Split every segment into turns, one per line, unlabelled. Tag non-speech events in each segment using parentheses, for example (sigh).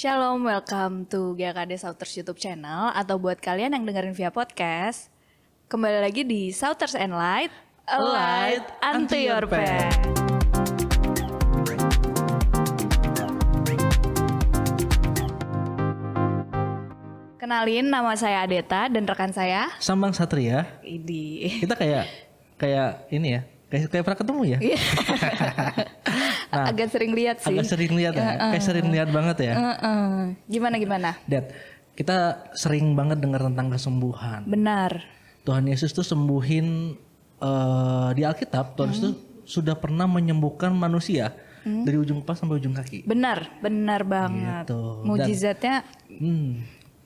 Shalom, welcome to GKD Southers YouTube channel atau buat kalian yang dengerin via podcast, kembali lagi di Southers and Light, a light unto your path. Kenalin nama saya Adeta dan rekan saya
Sambang Satria.
Idi.
Kita kayak kayak ini ya. Kayak kayak pernah ketemu ya.
Iya. agak sering lihat sih.
Agak sering lihat ya. Kayak sering lihat banget ya.
Heeh. Gimana gimana?
Dad, kita sering banget dengar tentang kesembuhan.
Benar.
Tuhan Yesus tuh sembuhin eh, di Alkitab, Tuhan Yesus tuh
Hmm.
sudah pernah menyembuhkan manusia dari ujung kepala sampai ujung kaki.
Benar, benar banget.
Gitu. Dan-
Mujizatnya
Hmm.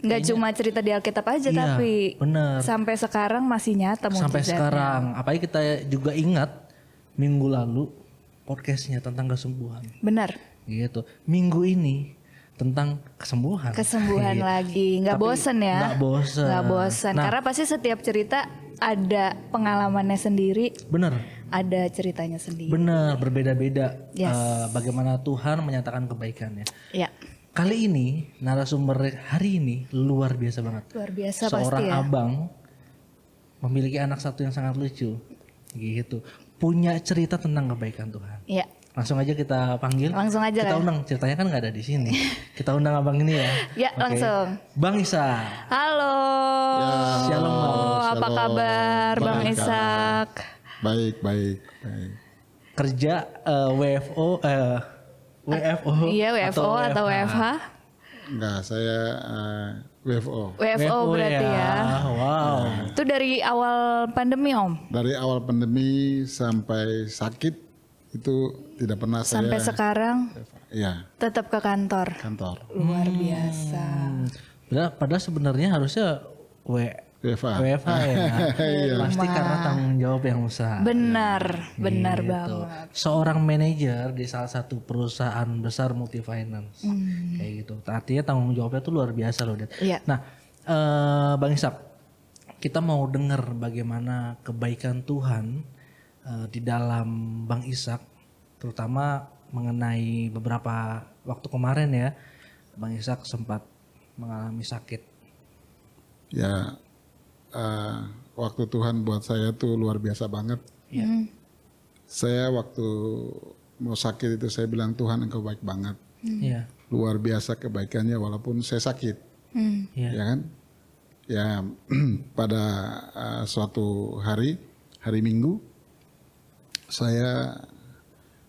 nggak cuma cerita di Alkitab aja
Iya,
tapi
benar.
sampai sekarang masih nyata mujizatnya.
Sampai sekarang, apalagi kita juga ingat minggu lalu podcastnya tentang kesembuhan.
Benar.
Gitu. Minggu ini tentang kesembuhan.
Kesembuhan lagi, nggak bosen ya?
Iya. nggak bosen.
Nggak bosen.
Nah.
Karena pasti setiap cerita ada pengalamannya sendiri,
Bener,
ada ceritanya sendiri.
bener berbeda-beda
Yes.
eh, bagaimana Tuhan menyatakan kebaikannya.
ya,
Kali ini narasumber hari ini luar biasa banget.
luar biasa
Seorang
pasti ya.
abang memiliki anak satu yang sangat lucu, gitu. Punya cerita tentang kebaikan Tuhan.
Iya,
Langsung aja kita panggil.
langsung aja
kita
lah.
undang ceritanya kan nggak ada di
(laughs)
sini. kita undang abang ini ya.
Ya,
Oke.
langsung.
Bang Isa.
Halo.
Shalom,
apa
shalom.
kabar Bang
Baik,
Ishak?
Baik, baik, baik.
kerja eh, WFO eh, WFO
Iya, WFO atau WFH?
Enggak, saya eh, WFO.
WFO berarti ya.
Oh, Wow.
Itu dari awal pandemi, Om.
Dari awal pandemi sampai sakit itu tidak pernah
Sampai
saya
sekarang
Iya,
tetap ke kantor.
kantor.
Luar biasa.
Padahal, padahal sebenarnya harusnya W
Ah.
WFA.
WFH
(laughs)
ya.
Iya.
Pasti karena tanggung jawab yang besar.
Hmm.
Benar, benar
Iya.
Gitu.
banget.
Seorang manajer di salah satu perusahaan besar multi finance. Kayak gitu. Artinya tanggung jawabnya tuh luar biasa loh, Dad.
Hmm. Iya.
Nah, eh, Bang Isak, kita mau dengar bagaimana kebaikan Tuhan eh, di dalam Bang Isak, terutama mengenai beberapa waktu kemarin ya, Bang Isak sempat mengalami sakit.
Ya, eh, waktu Tuhan buat saya tuh luar biasa banget.
Hmm.
Saya waktu mau sakit itu saya bilang Tuhan engkau baik banget.
Iya.
Luar biasa kebaikannya walaupun saya sakit.
Hmm.
Iya.
ya kan? Ya (clears throat) pada uh, suatu hari hari Minggu saya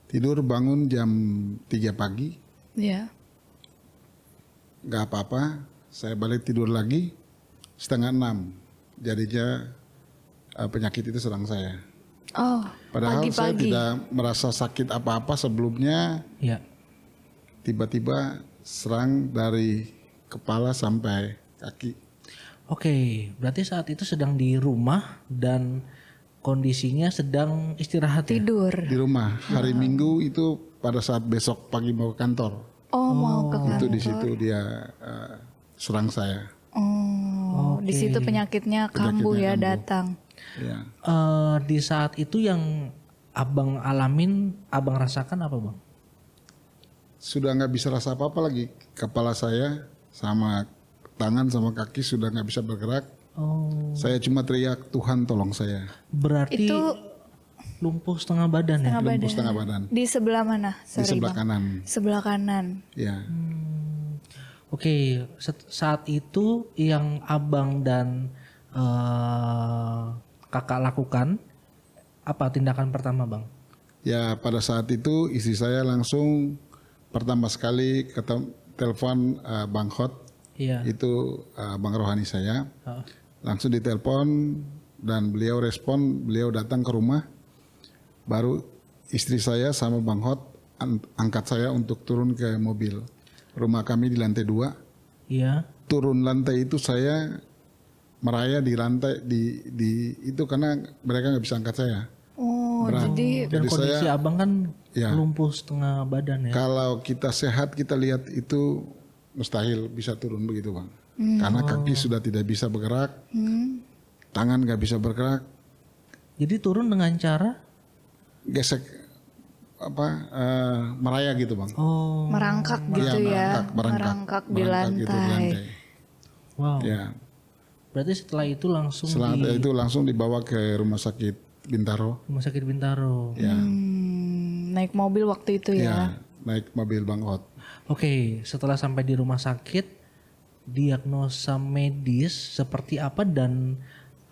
tidur bangun jam 3 pagi
Ya.
nggak apa-apa saya balik tidur lagi setengah enam jadinya uh, penyakit itu serang saya
Oh,
padahal saya
Pagi-pagi.
tidak merasa sakit apa-apa sebelumnya
Iya.
tiba-tiba serang dari kepala sampai kaki
Oke, berarti saat itu sedang di rumah dan kondisinya sedang istirahat ya?
tidur.
di rumah hari Minggu itu pada saat besok pagi mau ke kantor
Oh, mau ke kantor.
itu di situ dia eh, serang saya
Oh, di situ penyakitnya kambuh ya datang.
ya
Eh, di saat itu yang abang alamin, abang rasakan apa bang?
sudah nggak bisa rasa apa apa lagi kepala saya sama tangan sama kaki sudah nggak bisa bergerak
Oh,
saya cuma teriak Tuhan tolong saya
berarti
Itu
lumpuh setengah badan ya?
lumpuh setengah badan
di sebelah mana?
di
Sorry,
sebelah
Bang.
kanan
Sebelah kanan.
ya
Oke, set- saat itu yang abang dan eh, kakak lakukan apa tindakan pertama bang?
ya pada saat itu istri saya langsung pertama sekali ketem- telepon eh, Bang Hot
Ya.
Iya.
itu eh, Bang Rohani saya
Heeh.
langsung ditelepon dan beliau respon beliau datang ke rumah baru istri saya sama bang Hot an- angkat saya untuk turun ke mobil rumah kami di lantai dua
Iya.
turun lantai itu saya meraya di lantai di di itu karena mereka nggak bisa angkat saya
Oh, jadi
Dan
Jadi
kondisi abang kan
Iya.
lumpuh setengah badan ya?
kalau kita sehat kita lihat itu mustahil bisa turun begitu bang karena kaki sudah tidak bisa bergerak
hmm,
tangan nggak bisa bergerak
Jadi turun dengan cara
gesek apa eh, meraya gitu bang.
Oh,
merangkak gitu ya,
iya, merangkak, merangkak,
di
merangkak
lantai.
gitu di lantai.
wow.
Ya,
Berarti setelah itu langsung
setelah
di
itu langsung dibawa ke rumah sakit Bintaro.
Rumah Sakit Bintaro.
Ya,
Hmm, naik mobil waktu itu
ya,
ya.
naik mobil bang Hot.
Oke, setelah sampai di rumah sakit, diagnosa medis seperti apa dan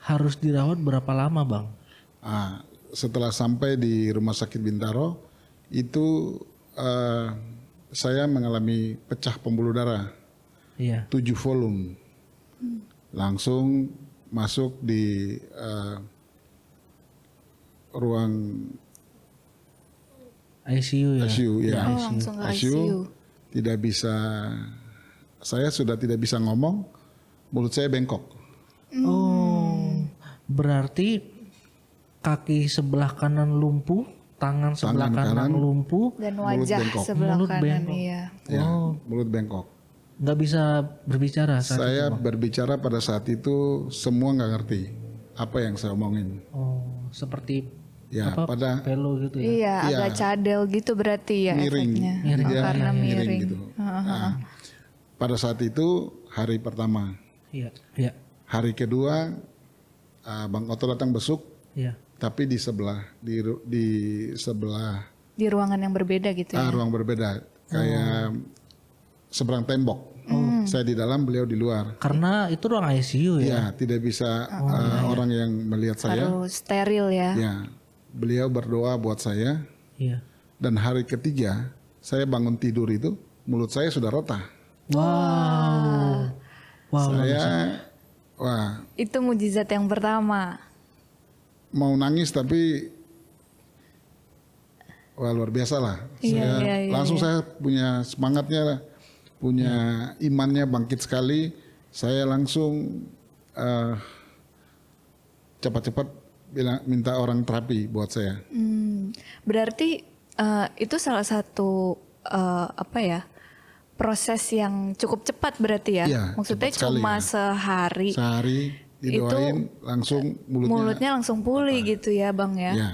harus dirawat berapa lama, Bang?
Ah, setelah sampai di rumah sakit Bintaro itu eh, saya mengalami pecah pembuluh darah
Iya.
7 volume. Langsung masuk di eh, ruang
ICU ya.
ICU ya.
Oh, langsung ke ICU.
Tidak bisa saya sudah tidak bisa ngomong, mulut saya bengkok.
Oh, berarti kaki sebelah kanan lumpuh, tangan sebelah kanan, lumpuh,
Dan
Mulut
wajah
bengkok.
sebelah
Mulut
kanan
bengkok.
iya.
Ya, mulut bengkok.
nggak bisa berbicara saat
Saya berbicara pada saat itu semua nggak ngerti apa yang saya omongin.
Oh, seperti
Ya, pada
pelo gitu ya.
Iya, agak cadel gitu berarti ya
miring,
efeknya.
Dia
Oh,
iya.
karena miring.
gitu. Nah, pada saat itu hari pertama,
Iya, iya,
hari kedua ah, Bang Oto datang besuk,
iya.
tapi di sebelah di ru- di sebelah
Di ruangan yang berbeda gitu ya.
ah, ruang berbeda, kayak seberang tembok. Saya di dalam, beliau di luar.
Karena itu ruang ICU ya.
Ya, tidak bisa ah, orang yang melihat saya.
Harus steril ya.
Ya, beliau berdoa buat saya.
Iya.
Dan hari ketiga, saya bangun tidur itu, mulut saya sudah rotah.
Wow. Wow.
Saya, wah,
Itu mujizat yang pertama.
mau nangis tapi wah luar biasa lah.
Iya,
Saya-
iya, iya,
langsung saya punya semangatnya, punya imannya bangkit sekali. Saya langsung eh, cepat-cepat bilang minta orang terapi buat saya.
Hmm, berarti eh, itu salah satu eh, apa ya? proses yang cukup cepat berarti ya.
Iya,
Maksudnya
cepat sekali
cuma
ya.
sehari
Sehari didoain langsung mulutnya.
mulutnya langsung pulih gitu ya, Bang ya.
Ya.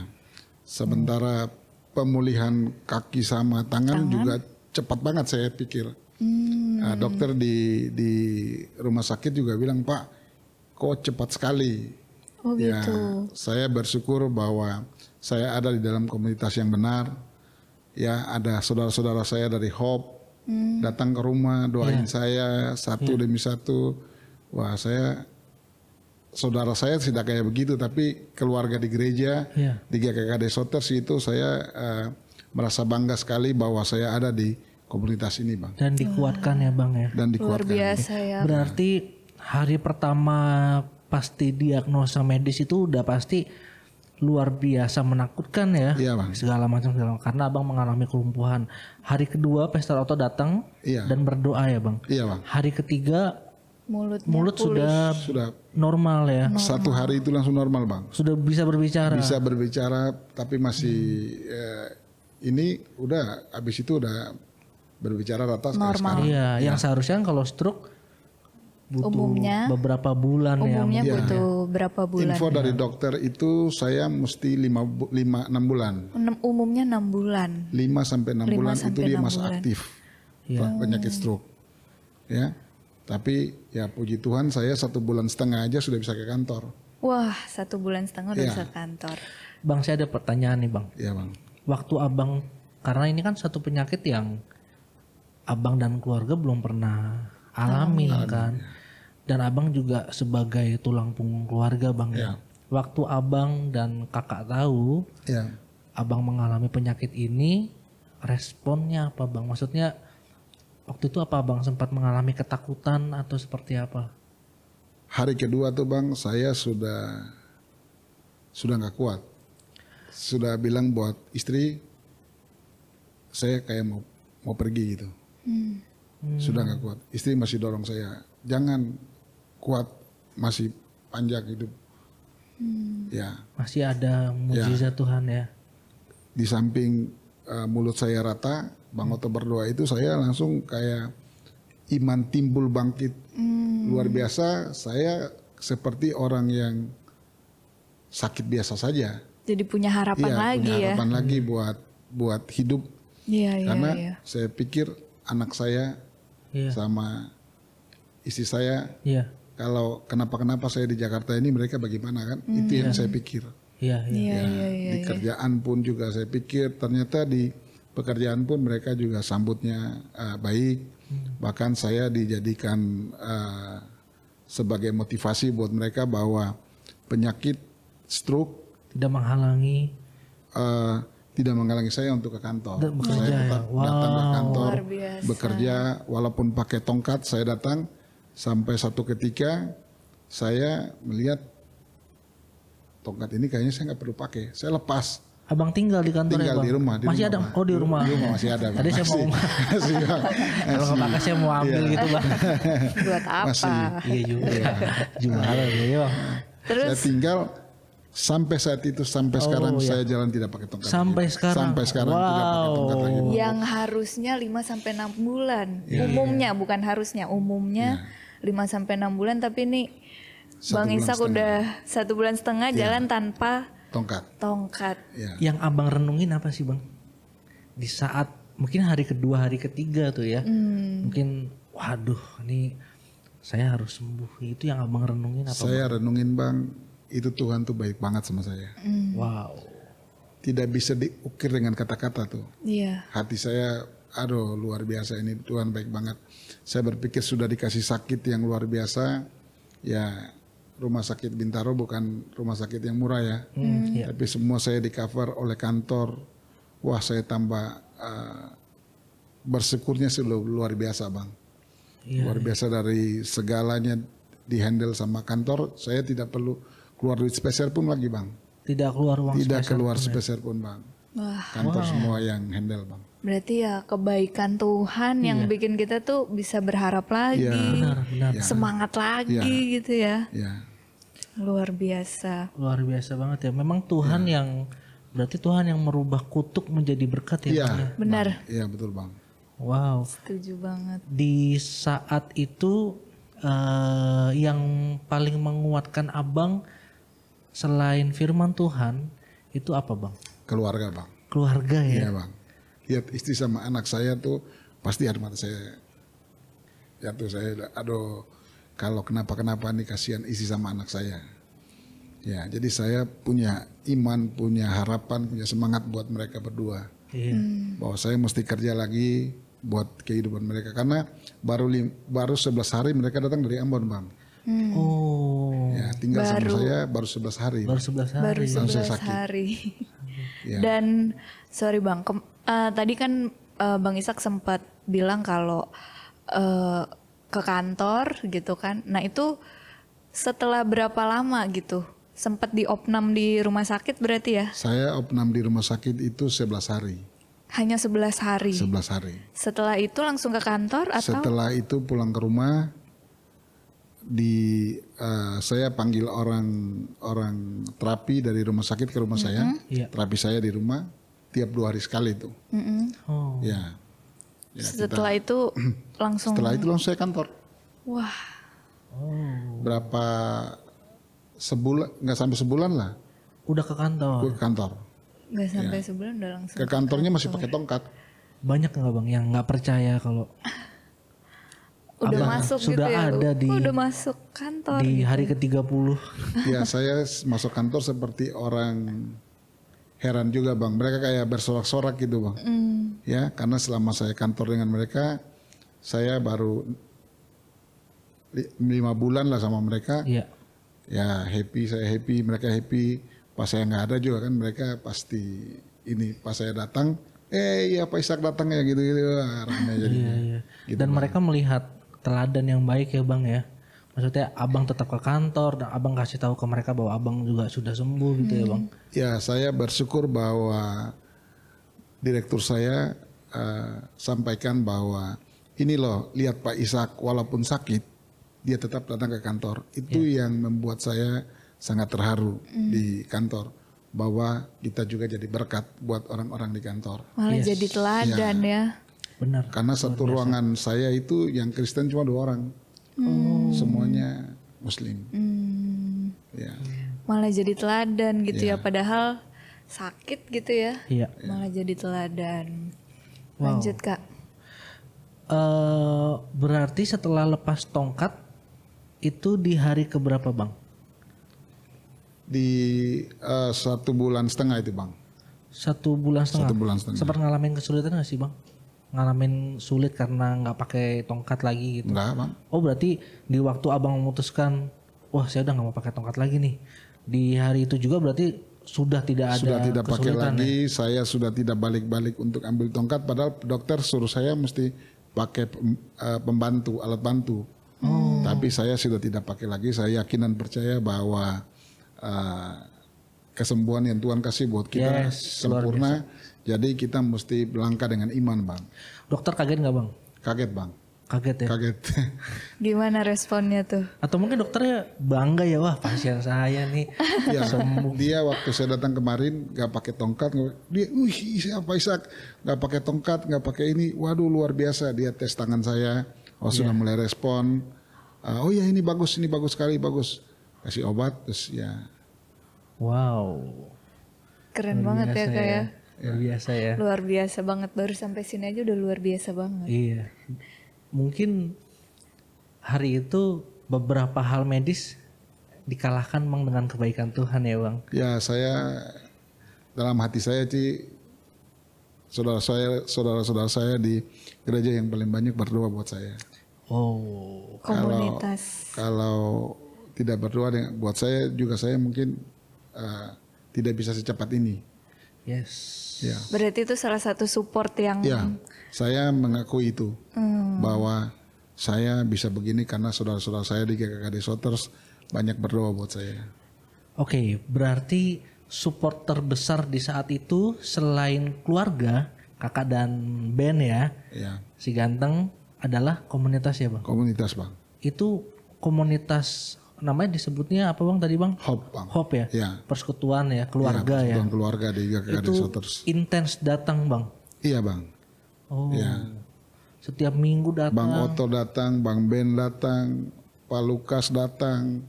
Sementara pemulihan kaki sama tangan, juga cepat banget saya pikir.
Hmm.
Nah, dokter di di rumah sakit juga bilang Pak, kok cepat sekali.
Oh gitu.
Ya, saya bersyukur bahwa saya ada di dalam komunitas yang benar. Ya, ada saudara-saudara saya dari Hope
Hmm.
datang ke
Ya.
rumah doain saya satu demi satu. Wah, saya saudara saya tidak kayak begitu, tapi keluarga di gereja,
Iya.
di GKKD Soters itu saya eh, merasa bangga sekali bahwa saya ada di komunitas ini, Bang.
Dan dikuatkan ya, Bang ya.
Dan
Luar
dikuatkan.
biasa ya.
Iya.
Berarti hari pertama pasti diagnosa medis itu udah pasti luar biasa menakutkan ya.
Iya, Bang.
Segala macam segala macam. karena Abang mengalami kelumpuhan. Hari kedua Pesta Oto datang
Iya.
dan berdoa ya, Bang.
Iya, Bang.
Hari ketiga
Mulutnya
mulut sudah
Sudah
normal ya.
satu hari itu langsung normal, Bang.
Sudah bisa berbicara.
Hmm. Bisa berbicara tapi masih eh, ini udah habis itu udah berbicara rata kayak sekarang.
Iya, yang seharusnya kalau stroke butuh
Umumnya-
beberapa bulan ya.
umumnya butuh berapa bulan?
iya. Info dari dokter itu saya mesti 5 6 bulan.
Enam- umumnya enam bulan.
5 sampai 6 bulan itu dia masih aktif. pe- Penyakit stroke. Ya. Tapi ya puji Tuhan saya satu bulan setengah aja sudah bisa ke kantor.
Wah, satu bulan setengah
Iya.
udah bisa kantor.
Bang, saya ada pertanyaan nih, Bang.
Ya, Bang.
Waktu Abang karena ini kan satu penyakit yang Abang dan keluarga belum pernah alami kan. Dan Abang juga sebagai tulang punggung keluarga, Bang. ya. Waktu Abang dan Kakak tahu
Ya.
Abang mengalami penyakit ini, responnya apa, Bang? Maksudnya waktu itu apa Abang sempat mengalami ketakutan atau seperti apa?
Hari kedua tuh Bang, saya sudah sudah nggak kuat. Sudah bilang buat istri saya kayak mau mau pergi gitu. Sudah nggak kuat. Istri masih dorong saya, jangan kuat masih panjang hidup. Ya,
Masih ada mujizat Tuhan ya.
di samping eh, mulut saya rata, Bang Oto berdoa itu saya langsung kayak iman timbul bangkit.
Hmm.
Luar biasa, saya seperti orang yang sakit biasa saja.
Jadi punya harapan
Iya,
lagi
punya
ya.
harapan lagi buat buat hidup
Iya, iya,
karena
iya.
saya pikir anak saya
Iya.
sama istri saya
Iya.
kalau kenapa-kenapa saya di Jakarta ini mereka bagaimana kan
Hmm.
itu yang saya pikir
Iya, iya.
Iya,
Ya,
iya, iya.
di kerjaan pun juga saya pikir ternyata di pekerjaan pun mereka juga sambutnya eh, baik bahkan saya dijadikan eh, sebagai motivasi buat mereka bahwa penyakit stroke
Tidak menghalangi
eh, tidak menghalangi saya untuk ke kantor.
Dan bekerja
saya
ya?
tetap datang ke
Wow.
kantor,
Luar biasa.
bekerja walaupun pakai tongkat saya datang sampai satu ketika saya melihat tongkat ini kayaknya saya nggak perlu pakai, saya lepas.
Abang tinggal di kantor ya,
Tinggal
Bang?
di rumah, di
masih
rumah,
ada
Bang.
oh di rumah.
Di rumah masih ada. Bang.
Tadi saya mau
Masih. (laughs) Iya. Masih, Bang.
(laughs) kalau nggak pakai saya mau ambil gitu
(laughs)
Bang.
iya. Buat apa?
Masih.
Iya juga. Juara ya, iya, Bang.
saya tinggal sampai saat itu sampai sekarang
iya.
saya jalan tidak pakai tongkat.
Sampai
lagi.
sekarang?
Sampai sekarang tidak pakai tongkat
Wow.
lagi.
Yang harusnya 5 sampai 6 bulan.
Iya,
Umumnya bukan harusnya, umumnya 5 sampai 6 bulan tapi ini
Satu
Bang
bulan
Isak
setengah. Iya.
udah satu bulan setengah jalan tanpa
Tongkat.
tongkat.
Ya.
Yang abang renungin apa sih bang? Di saat mungkin hari kedua, hari ketiga tuh ya, mungkin waduh ini saya harus sembuh. Itu yang abang renungin apa?
Saya renungin bang, itu Tuhan tuh baik banget sama saya.
Bang? Wow.
Tidak bisa diukir dengan kata-kata tuh.
Iya.
Hati saya, aduh luar biasa ini Tuhan baik banget. Saya berpikir sudah dikasih sakit yang luar biasa. Ya rumah sakit Bintaro bukan rumah sakit yang murah ya.
iya.
Tapi semua saya di cover oleh kantor. Wah saya tambah eh, bersyukurnya sih lu- luar biasa bang.
Iya.
luar biasa dari segalanya dihandle sama kantor. Saya tidak perlu keluar duit spesial pun lagi bang.
Tidak keluar uang
tidak
Oh, spesial. ya?
keluar spesial pun bang.
Wah,
Kantor semua yang handle bang.
berarti ya kebaikan Tuhan yang bikin kita tuh bisa berharap lagi.
Iya.
Benar, benar.
Semangat lagi gitu ya.
Ya,
Luar biasa.
Luar biasa banget ya. Memang Tuhan
Iya.
yang berarti Tuhan yang merubah kutuk menjadi berkat ya.
Iya.
Bang, ya?
Benar.
iya betul bang.
Wow.
Setuju banget.
di saat itu eh, yang paling menguatkan abang selain firman Tuhan itu apa bang?
Keluarga bang.
Keluarga ya?
Iya bang. Lihat istri sama anak saya tuh pasti air mata saya jatuh saya. Aduh, kalau kenapa kenapa nih kasihan istri sama anak saya. Ya, jadi saya punya iman, punya harapan, punya semangat buat mereka berdua.
Iya.
bahwa saya mesti kerja lagi buat kehidupan mereka karena baru lim- baru 11 hari mereka datang dari Ambon bang
Oh,
ya tinggal sama saya baru 11 hari
baru 11 hari.
Baru
Langsung
11
sakit.
hari.
(laughs) ya
Dan sorry bang, kem- eh, tadi kan eh, bang Isak sempat bilang kalau eh, ke kantor gitu kan. Nah itu setelah berapa lama gitu? Sempat diopnam di rumah sakit berarti ya?
saya opnam di rumah sakit itu 11 hari
Hanya 11 hari.
11 hari
Setelah itu langsung ke kantor atau?
setelah itu pulang ke rumah di eh, saya panggil orang orang terapi dari rumah sakit ke rumah saya
Iya.
terapi saya di rumah tiap dua hari sekali itu
Mm-mm.
Oh,
ya Ya, kita-
setelah itu
(clears throat)
langsung.
setelah itu langsung saya kantor
Wah,
oh.
berapa sebulan nggak sampai sebulan lah
Udah ke
gue
kantor.
ke kantor
nggak sampai sebulan udah langsung.
Ya. ke kantornya masih pakai tongkat
Banyak nggak bang yang nggak percaya kalau
Udah
Abang
masuk
sudah
gitu ya?
ada
Oh,
di-
udah masuk kantor.
di hari ke-30
ya saya s- masuk kantor seperti orang heran juga bang mereka kayak bersorak-sorak gitu bang ya karena selama saya kantor dengan mereka saya baru li- lima bulan lah sama mereka
Iya.
ya happy saya happy mereka happy pas saya nggak ada juga kan mereka pasti ini pas saya datang eh iya Pak Isak datang ya gitu gitu ramai jadi
Iya, iya. Dan mereka melihat teladan yang baik ya bang ya. Maksudnya abang tetap ke kantor dan abang kasih tahu ke mereka bahwa abang juga sudah sembuh gitu ya bang.
Ya, saya bersyukur bahwa direktur saya eh, sampaikan bahwa ini loh, lihat Pak Ishak walaupun sakit, dia tetap datang ke kantor. Itu yang membuat saya sangat terharu di kantor bahwa kita juga jadi berkat buat orang-orang di kantor.
Malah jadi teladan ya.
Benar.
Karena satu ruangan saya itu yang Kristen cuma dua orang. Semuanya muslim.
Hmm,
Ya.
malah jadi teladan gitu ya padahal sakit gitu ya
Iya.
malah jadi teladan
Wow.
lanjut kak
Eh, berarti setelah lepas tongkat itu di hari keberapa bang?
Di eh, satu bulan setengah itu bang.
Satu bulan setengah.
Satu bulan setengah.
Sempat ngalamin kesulitan nggak sih bang? Ngalamin sulit karena nggak pakai tongkat lagi gitu.
Enggak bang.
Oh berarti di waktu abang memutuskan, wah saya udah nggak mau pakai tongkat lagi nih. Di hari itu juga berarti sudah tidak ada
sudah tidak pakai
kesulitan ya?
lagi, saya sudah tidak balik-balik untuk ambil tongkat. Padahal dokter suruh saya mesti pakai pem- eh, pembantu, alat bantu.
Oh.
Tapi saya sudah tidak pakai lagi. Saya yakin dan percaya bahwa eh, kesembuhan yang Tuhan kasih buat kita
Yes, luar
sempurna. Jadi kita mesti berlangkah dengan iman, bang.
Dokter kaget nggak bang?
Kaget, bang.
Kaget ya?
Kaget. (laughs)
gimana responnya tuh
Atau mungkin dokternya bangga ya, wah pasien saya nih.
ya, dia waktu saya datang kemarin nggak pakai tongkat, nggak- dia, wih siapa Isak nggak pakai tongkat, nggak pakai ini, waduh luar biasa dia tes tangan saya, oh sudah mulai respon, Ah, oh ya ini bagus, ini bagus sekali, bagus, kasih obat, terus ya
Wow.
keren banget ya kak ya
Luar biasa ya.
luar biasa banget baru sampai sini aja udah luar biasa banget
Iya. Mungkin hari itu beberapa hal medis dikalahkan bang dengan kebaikan Tuhan ya bang.
ya saya dalam hati saya Ci, saudara saya, saudara-saudara saya di gereja yang paling banyak berdoa buat saya.
Oh.
komunitas
Kalau tidak berdoa dengan- buat saya juga saya mungkin eh, tidak bisa secepat ini.
Yes.
Ya,
berarti itu salah satu support yang hmm,
ya, saya mengakui itu bahwa saya bisa begini karena saudara-saudara saya di GKKD Soters banyak berdoa buat saya.
Oke, berarti support terbesar di saat itu selain keluarga, kakak dan Ben ya,
Ya,
si ganteng adalah komunitas ya bang.
komunitas bang,
Itu komunitas namanya disebutnya apa bang tadi bang?
hop bang,
Hope ya,
ya,
persekutuan ya, keluarga ya.
persatuan keluarga di GKKD
Itu
Soters.
intens datang bang.
Iya bang,
Oh.
Ya.
Setiap minggu datang.
Bang Oto datang, Bang Ben datang, Pak Lukas datang,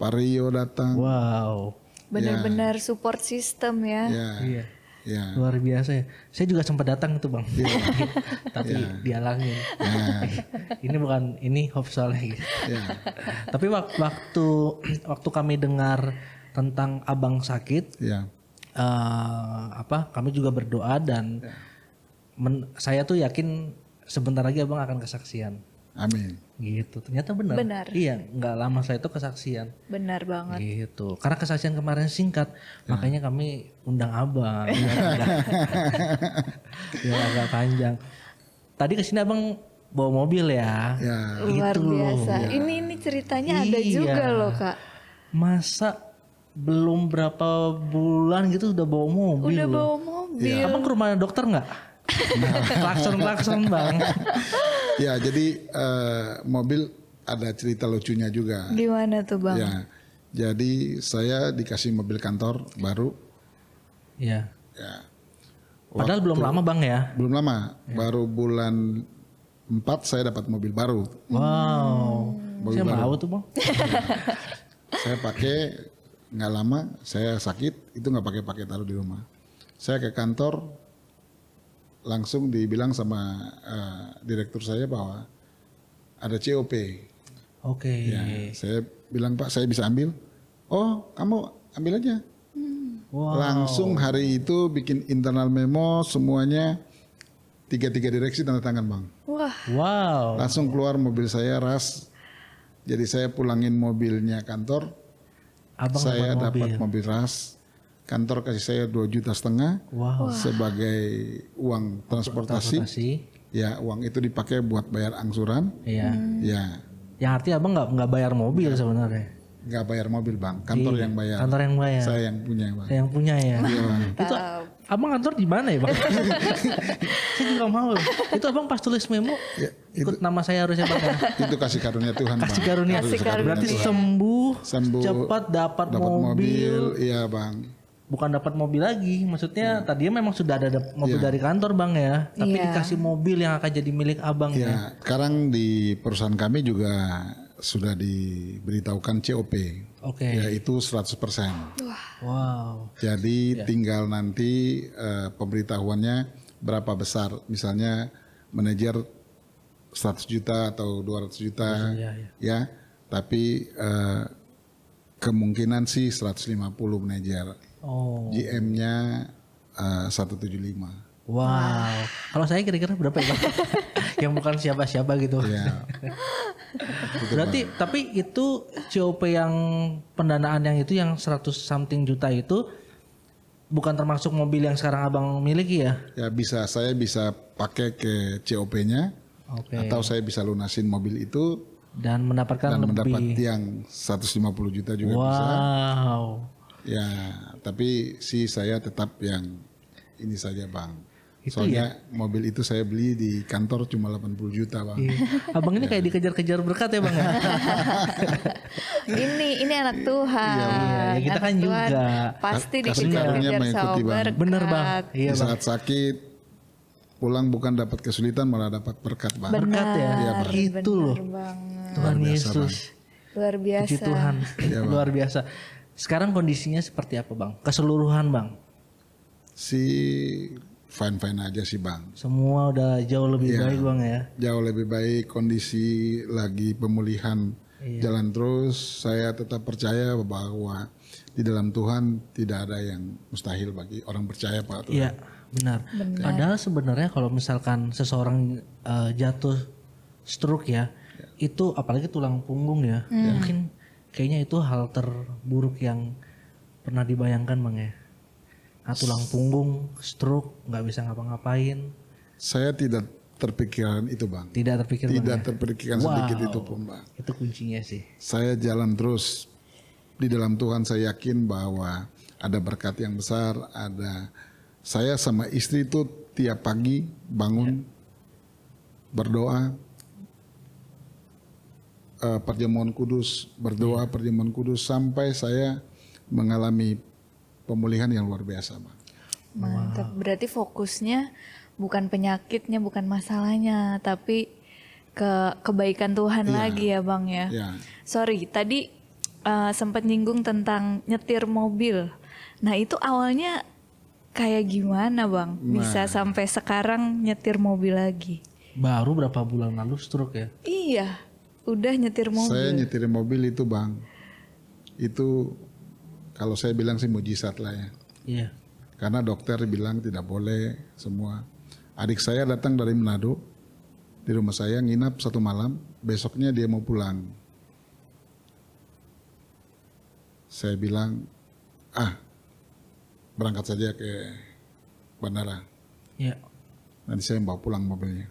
Pak Rio datang,
Wow.
benar-benar support system ya
ya,
Iya.
ya.
Luar biasa ya. Saya juga sempat datang itu bang.
Iya.
(laughs) Tapi
Ya.
dialangin. (laughs) ini bukan ini hoax soalnya gitu.
Ya.
Tapi wak- waktu waktu kami dengar tentang abang sakit,
Ya,
eh, apa? Kami juga berdoa dan
Ya.
men- saya tuh yakin sebentar lagi abang akan kesaksian.
amin.
Gitu. Ternyata benar.
Benar.
Iya. Nggak lama setelah itu kesaksian.
benar banget Ya.
Gitu. Karena kesaksian kemarin singkat, makanya kami undang
(laughs)
abang. biar agak- biar agak panjang. Tadi kesini abang bawa mobil ya.
Ya,
luar biasa ini ini ceritanya ada
Iya.
juga loh kak
Masa belum berapa bulan gitu udah bawa mobil?
udah
loh.
bawa mobil Nah.
Abang ke rumah dokter nggak? (laughs) klakson klakson
(laughs)
bang.
ya jadi eh, mobil ada cerita lucunya juga.
gimana tuh bang
Ya, jadi saya dikasih mobil kantor baru.
Ya.
Ya,
Padahal belum lama bang ya.
belum lama, baru bulan 4 saya dapat mobil baru.
Hmm.
Wow. Saya mau tuh bang.
Saya pakai nggak lama, saya sakit, itu nggak pakai-pakai taruh di rumah. Saya ke kantor langsung dibilang sama eh, direktur saya bahwa ada COP.
Oke.
Ya.
Saya bilang Pak, saya bisa ambil. Oh, kamu ambil aja.
Wow.
Langsung hari itu bikin internal memo semuanya tiga tiga direksi tanda tangan bang.
wah
Wow.
Langsung keluar mobil saya ras. Jadi saya pulangin mobilnya kantor.
Abang
saya
dapat mobil.
dapat mobil ras. Kantor kasih saya dua juta setengah
Wow.
sebagai uang transportasi.
Transportasi.
Ya uang itu dipakai buat bayar angsuran.
Iya.
Ya
Yang artinya abang nggak nggak bayar mobil sebenarnya.
nggak bayar mobil bang. Kantor
Iya,
yang bayar.
Kantor yang bayar.
Saya Iya. yang punya
(laughs)
bang.
Yang punya ya. itu abang kantor di mana ya
(laughs)
bang? saya juga mau. Itu abang pas tulis memo
Ya,
ikut nama saya harusnya pakai.
itu kasih karunia Tuhan
Kasih
Bang.
karunia.
Harus karunia
Berarti
Tuhan.
sembuh,
Iya. Sembuh,
cepat dapat,
dapat
mobil.
mobil. iya bang
Bukan dapat mobil lagi, maksudnya
Iya.
tadinya memang sudah ada dap- mobil dari kantor bang ya, tapi
Iya.
Iya.
dikasih mobil yang akan jadi milik abang
ya sekarang di perusahaan kami juga sudah diberitahukan COP
Oke.
yaitu 100%. Oh.
Wow.
Jadi tinggal nanti eh, pemberitahuannya berapa besar. Misalnya manajer 100 juta atau 200 juta
Iya,
ya. Tapi eh, kemungkinan sih 150 manajer.
Oh.
GM-nya eh, 175.
Wow. Kalau saya kira-kira berapa
(laughs)
ya? Pak? yang bukan siapa-siapa gitu. (laughs)
Ya.
Berarti tapi itu COP yang pendanaan yang itu yang 100 something juta itu bukan termasuk mobil yang sekarang Abang miliki ya?
ya bisa saya bisa pakai ke COP-nya
Oke.
atau saya bisa lunasin mobil itu
Dan mendapatkan
dan
lebih.
mendapat yang 150 juta juga bisa.
Wow.
Ya, tapi si saya tetap yang ini saja, Bang.
Itu ya?
Soalnya mobil itu saya beli di kantor cuma 80 juta, Bang.
Iya. Abang ini kayak dikejar-kejar berkat ya bang ya?
(laughs)
ini ini anak Tuhan.
Iya, ya kita
Anak
kan
Tuhan
juga.
pasti
Kasih karunia
dikejar-kejar sama
mengikuti, Bang.
berkat.
Bener bang. Iya bang.
di saat sakit pulang bukan dapat kesulitan malah dapat berkat, Bang.
Berkat ya.
Benar,
Itu loh.
benar banget.
Tuhan
Iya, Luar biasa,
Yesus.
Luar biasa.
Puji Tuhan.
Iya, Bang.
(laughs) Luar biasa. Sekarang kondisinya seperti apa bang? Keseluruhan bang.
Si fine-fine aja sih, Bang.
Semua udah jauh lebih baik bang ya.
Jauh lebih baik kondisi lagi pemulihan
Iya.
jalan terus. Saya tetap percaya bahwa di dalam Tuhan tidak ada yang mustahil bagi orang percaya, Pak. Tuhan.
Iya benar. Padahal sebenarnya kalau misalkan seseorang eh, jatuh stroke ya, itu apalagi tulang punggung ya, mungkin kayaknya itu hal terburuk yang pernah dibayangkan bang ya. Nah, tulang punggung, stroke, nggak bisa ngapa-ngapain,
Saya tidak terpikiran itu, Bang.
tidak terpikir
Tidak
bang. ya.
terpikirkan sedikit itu pun, Pak.
Itu kuncinya sih.
Saya jalan terus di dalam Tuhan. Saya yakin bahwa ada berkat yang besar. Ada saya sama istri itu tiap pagi bangun berdoa eh, perjamuan kudus, berdoa perjamuan kudus sampai saya mengalami pemulihan yang luar biasa, Pak.
Mantap. Berarti fokusnya bukan penyakitnya, bukan masalahnya, tapi ke kebaikan Tuhan
Iya.
lagi ya, Bang ya.
Ya.
Sorry, tadi eh, sempat nyinggung tentang nyetir mobil. Nah, itu awalnya kayak gimana, Bang? Bisa sampai sekarang nyetir mobil lagi?
Baru berapa bulan lalu stroke ya?
Iya, udah nyetir
Saya
mobil.
nyetirin mobil itu bang, itu kalau saya bilang sih mujizat lah ya.
Iya.
Karena dokter bilang tidak boleh semua. Adik saya datang dari Manado, di rumah saya nginap satu malam, besoknya dia mau pulang. Saya bilang, ah berangkat saja ke bandara.
Iya.
Nanti saya bawa pulang mobilnya.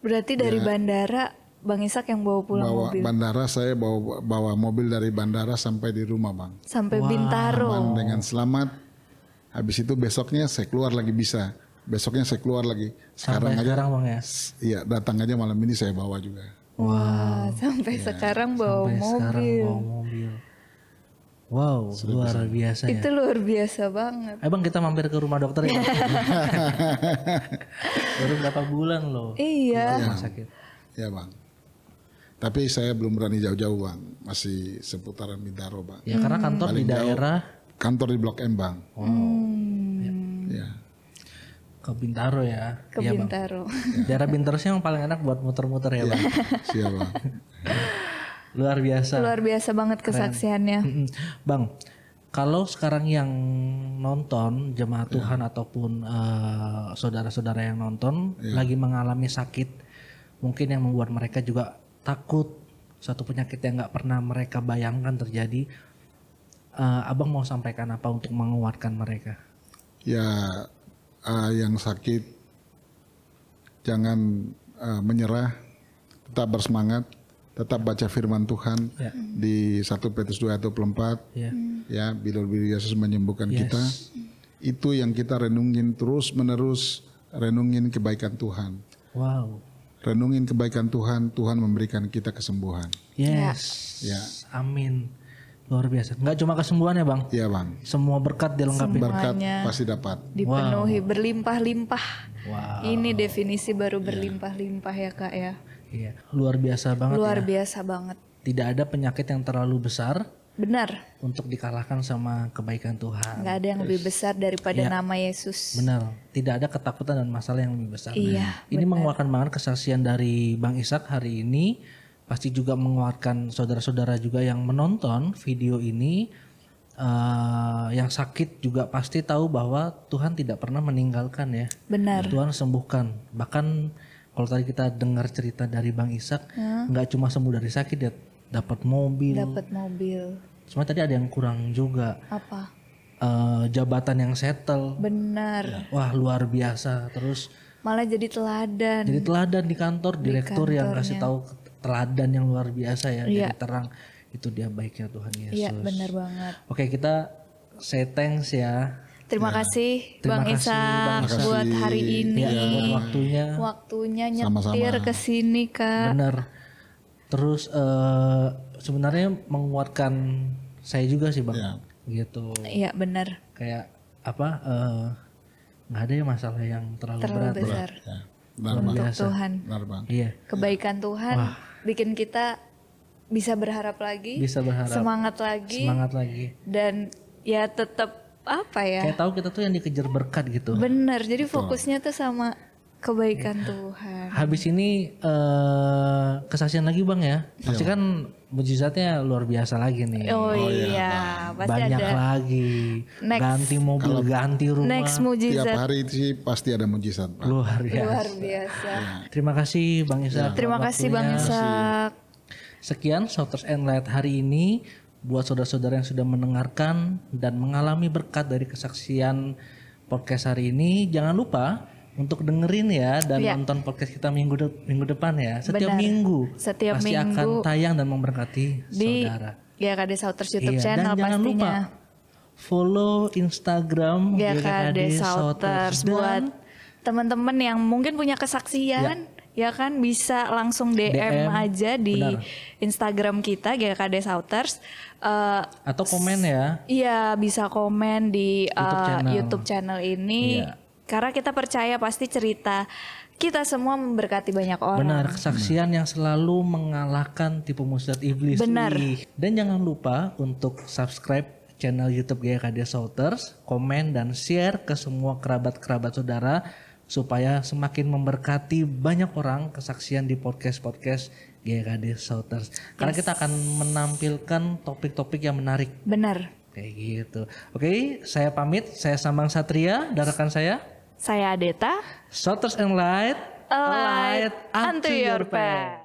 Berarti dari bandara Bang Isak yang bawa pulang
Ya. bawa
mobil
bandara saya bawa bawa mobil dari bandara sampai di rumah bang.
sampai Bintaro.
Aman dengan selamat. Habis itu besoknya saya keluar lagi bisa. Besoknya saya keluar lagi.
Sampai
Sekarang aja,
sekarang bang ya.
iya datang aja malam ini saya bawa juga.
Wah, Ah, sampai
Ya.
sekarang bawa
Sampai sekarang
mobil.
bawa mobil. Wow, luar biasa ya.
Itu luar biasa banget.
Eh bang kita mampir ke rumah dokter
(laughs)
ya. Baru berapa bulan loh
Iya,
rumah sakit.
Ya bang. Tapi saya belum berani jauh-jauh bang. Masih seputaran Bintaro bang.
Ya karena
Hmm.
kantor di daerah
Kantor di Blok M bang. Ya.
ke Bintaro
hmm,
ya.
ke
Iya, Bang. (laughs)
Bintaro.
Daerah Bintaro sih yang paling enak buat muter-muter ya
Iya.
bang.
Siap bang.
Luar biasa.
luar biasa banget kesaksiannya.
Mm-mm. (clears throat) Bang, kalau sekarang yang nonton jemaat
Iya.
Tuhan ataupun eh, saudara-saudara yang nonton
Iya.
lagi mengalami sakit, mungkin yang membuat mereka juga takut suatu penyakit yang nggak pernah mereka bayangkan terjadi. Eh, abang mau sampaikan apa untuk menguatkan mereka?
Ya eh, yang sakit jangan eh, menyerah, tetap bersemangat, tetap baca firman Tuhan
Ya.
di 1 Petrus 2 atau 4
Ya,
ya bila bila Yesus menyembuhkan kita itu yang kita renungin terus menerus renungin kebaikan Tuhan
wow,
renungin kebaikan Tuhan Tuhan memberikan kita kesembuhan
yes,
Ya.
amin, luar biasa. Nggak cuma kesembuhan ya bang,
ya bang
semua berkat dilengkapi.
berkat
Semuanya.
pasti dapat
Dipenuhi berlimpah-limpah.
Wow.
Iya.
Ini definisi baru berlimpah-limpah ya, Kak ya.
Iya, luar biasa banget
Luar
ya.
biasa banget.
Tidak ada penyakit yang terlalu besar
Benar.
untuk dikalahkan sama kebaikan Tuhan.
nggak ada yang lebih besar daripada
Iya.
nama Yesus.
Benar, tidak ada ketakutan dan masalah yang lebih besar.
Iya,
ini menguatkan banget kesaksian dari Bang Ishak hari ini. Pasti juga menguatkan saudara-saudara juga yang menonton video ini. eh, yang sakit juga pasti tahu bahwa Tuhan tidak pernah meninggalkan ya.
Benar.
Tuhan sembuhkan. Bahkan kalau tadi kita dengar cerita dari Bang Ishak, nggak cuma sembuh dari sakit ya, dapat mobil.
Dapat mobil.
Cuma tadi ada yang kurang juga.
Apa?
Eh, jabatan yang settle.
Benar.
Wah luar biasa. Terus
Malah jadi teladan.
jadi teladan di kantor direktur yang kasih tahu teladan yang luar biasa ya. Jadi terang itu dia baiknya Tuhan Yesus.
Iya, benar banget.
Oke kita say thanks ya.
Terima kasih
Terima
Bang
kasih,
Isa
Bang Ishak.
buat hari ini. Iya.
Ya buat waktunya
Waktunya
Sama-sama.
nyetir ke sini, Kak.
benar. Terus eh, sebenarnya menguatkan saya juga sih bang.
Iya.
Gitu
Iya, benar.
kayak apa eh, nggak ada ya masalah yang terlalu,
Terlalu
berat.
besar.
Ya, benar
Luar
bang,
biasa.
Tuhan,
benar bang.
Iya
kebaikan Tuhan bikin kita bisa berharap lagi,
bisa berharap
semangat lagi
semangat lagi.
dan ya tetap apa ya?
Kayak tahu kita tuh yang dikejar berkat gitu.
Benar. Jadi fokusnya tuh sama kebaikan
Iya.
Tuhan.
Habis ini eh kesaksian lagi bang ya. Pasti kan mujizatnya luar biasa lagi nih.
Oh, iya, pasti
Banyak
ada
lagi.
Next.
Ganti mobil, ganti rumah.
next
Tiap
mujizat
hari sih pasti ada mujizat bang.
Luar biasa.
luar biasa.
Terima kasih bang Isa.
Terima kasih Bang Ishak.
Sekian Shouters and Light hari ini buat saudara-saudara yang sudah mendengarkan dan mengalami berkat dari kesaksian podcast hari ini. Jangan lupa untuk dengerin ya dan nonton podcast kita minggu de- minggu depan ya.
Iya.
Setiap
Benar.
minggu
Setiap
pasti akan
minggu.
tayang dan memberkati
Di
saudara.
GKD Sauters YouTube
Iya,
channel
dan jangan lupa
pastinya. Iya
follow Instagram
GKD
Shouters
Sauters buat
dan
teman-teman yang mungkin punya kesaksian ya kan bisa langsung DM,
DM,
aja di
benar.
Instagram kita GKD Sauters. Eh,
atau komen ya.
Iya bisa komen di uh, YouTube,
channel.
channel. ini
Iya.
karena kita percaya pasti cerita kita semua memberkati banyak orang.
Benar, kesaksian yang selalu mengalahkan tipu muslihat iblis.
Benar.
Ih. Dan jangan lupa untuk subscribe channel YouTube GKD Shouters, komen dan share ke semua kerabat-kerabat saudara supaya semakin memberkati banyak orang kesaksian di podcast-podcast GKD Shouters. Karena kita akan menampilkan topik-topik yang menarik.
Benar.
Kayak gitu. Oke, saya pamit. Saya Sambang Satria dan rekan saya
Saya Adeta.
Shouters and Light.
A light unto your path.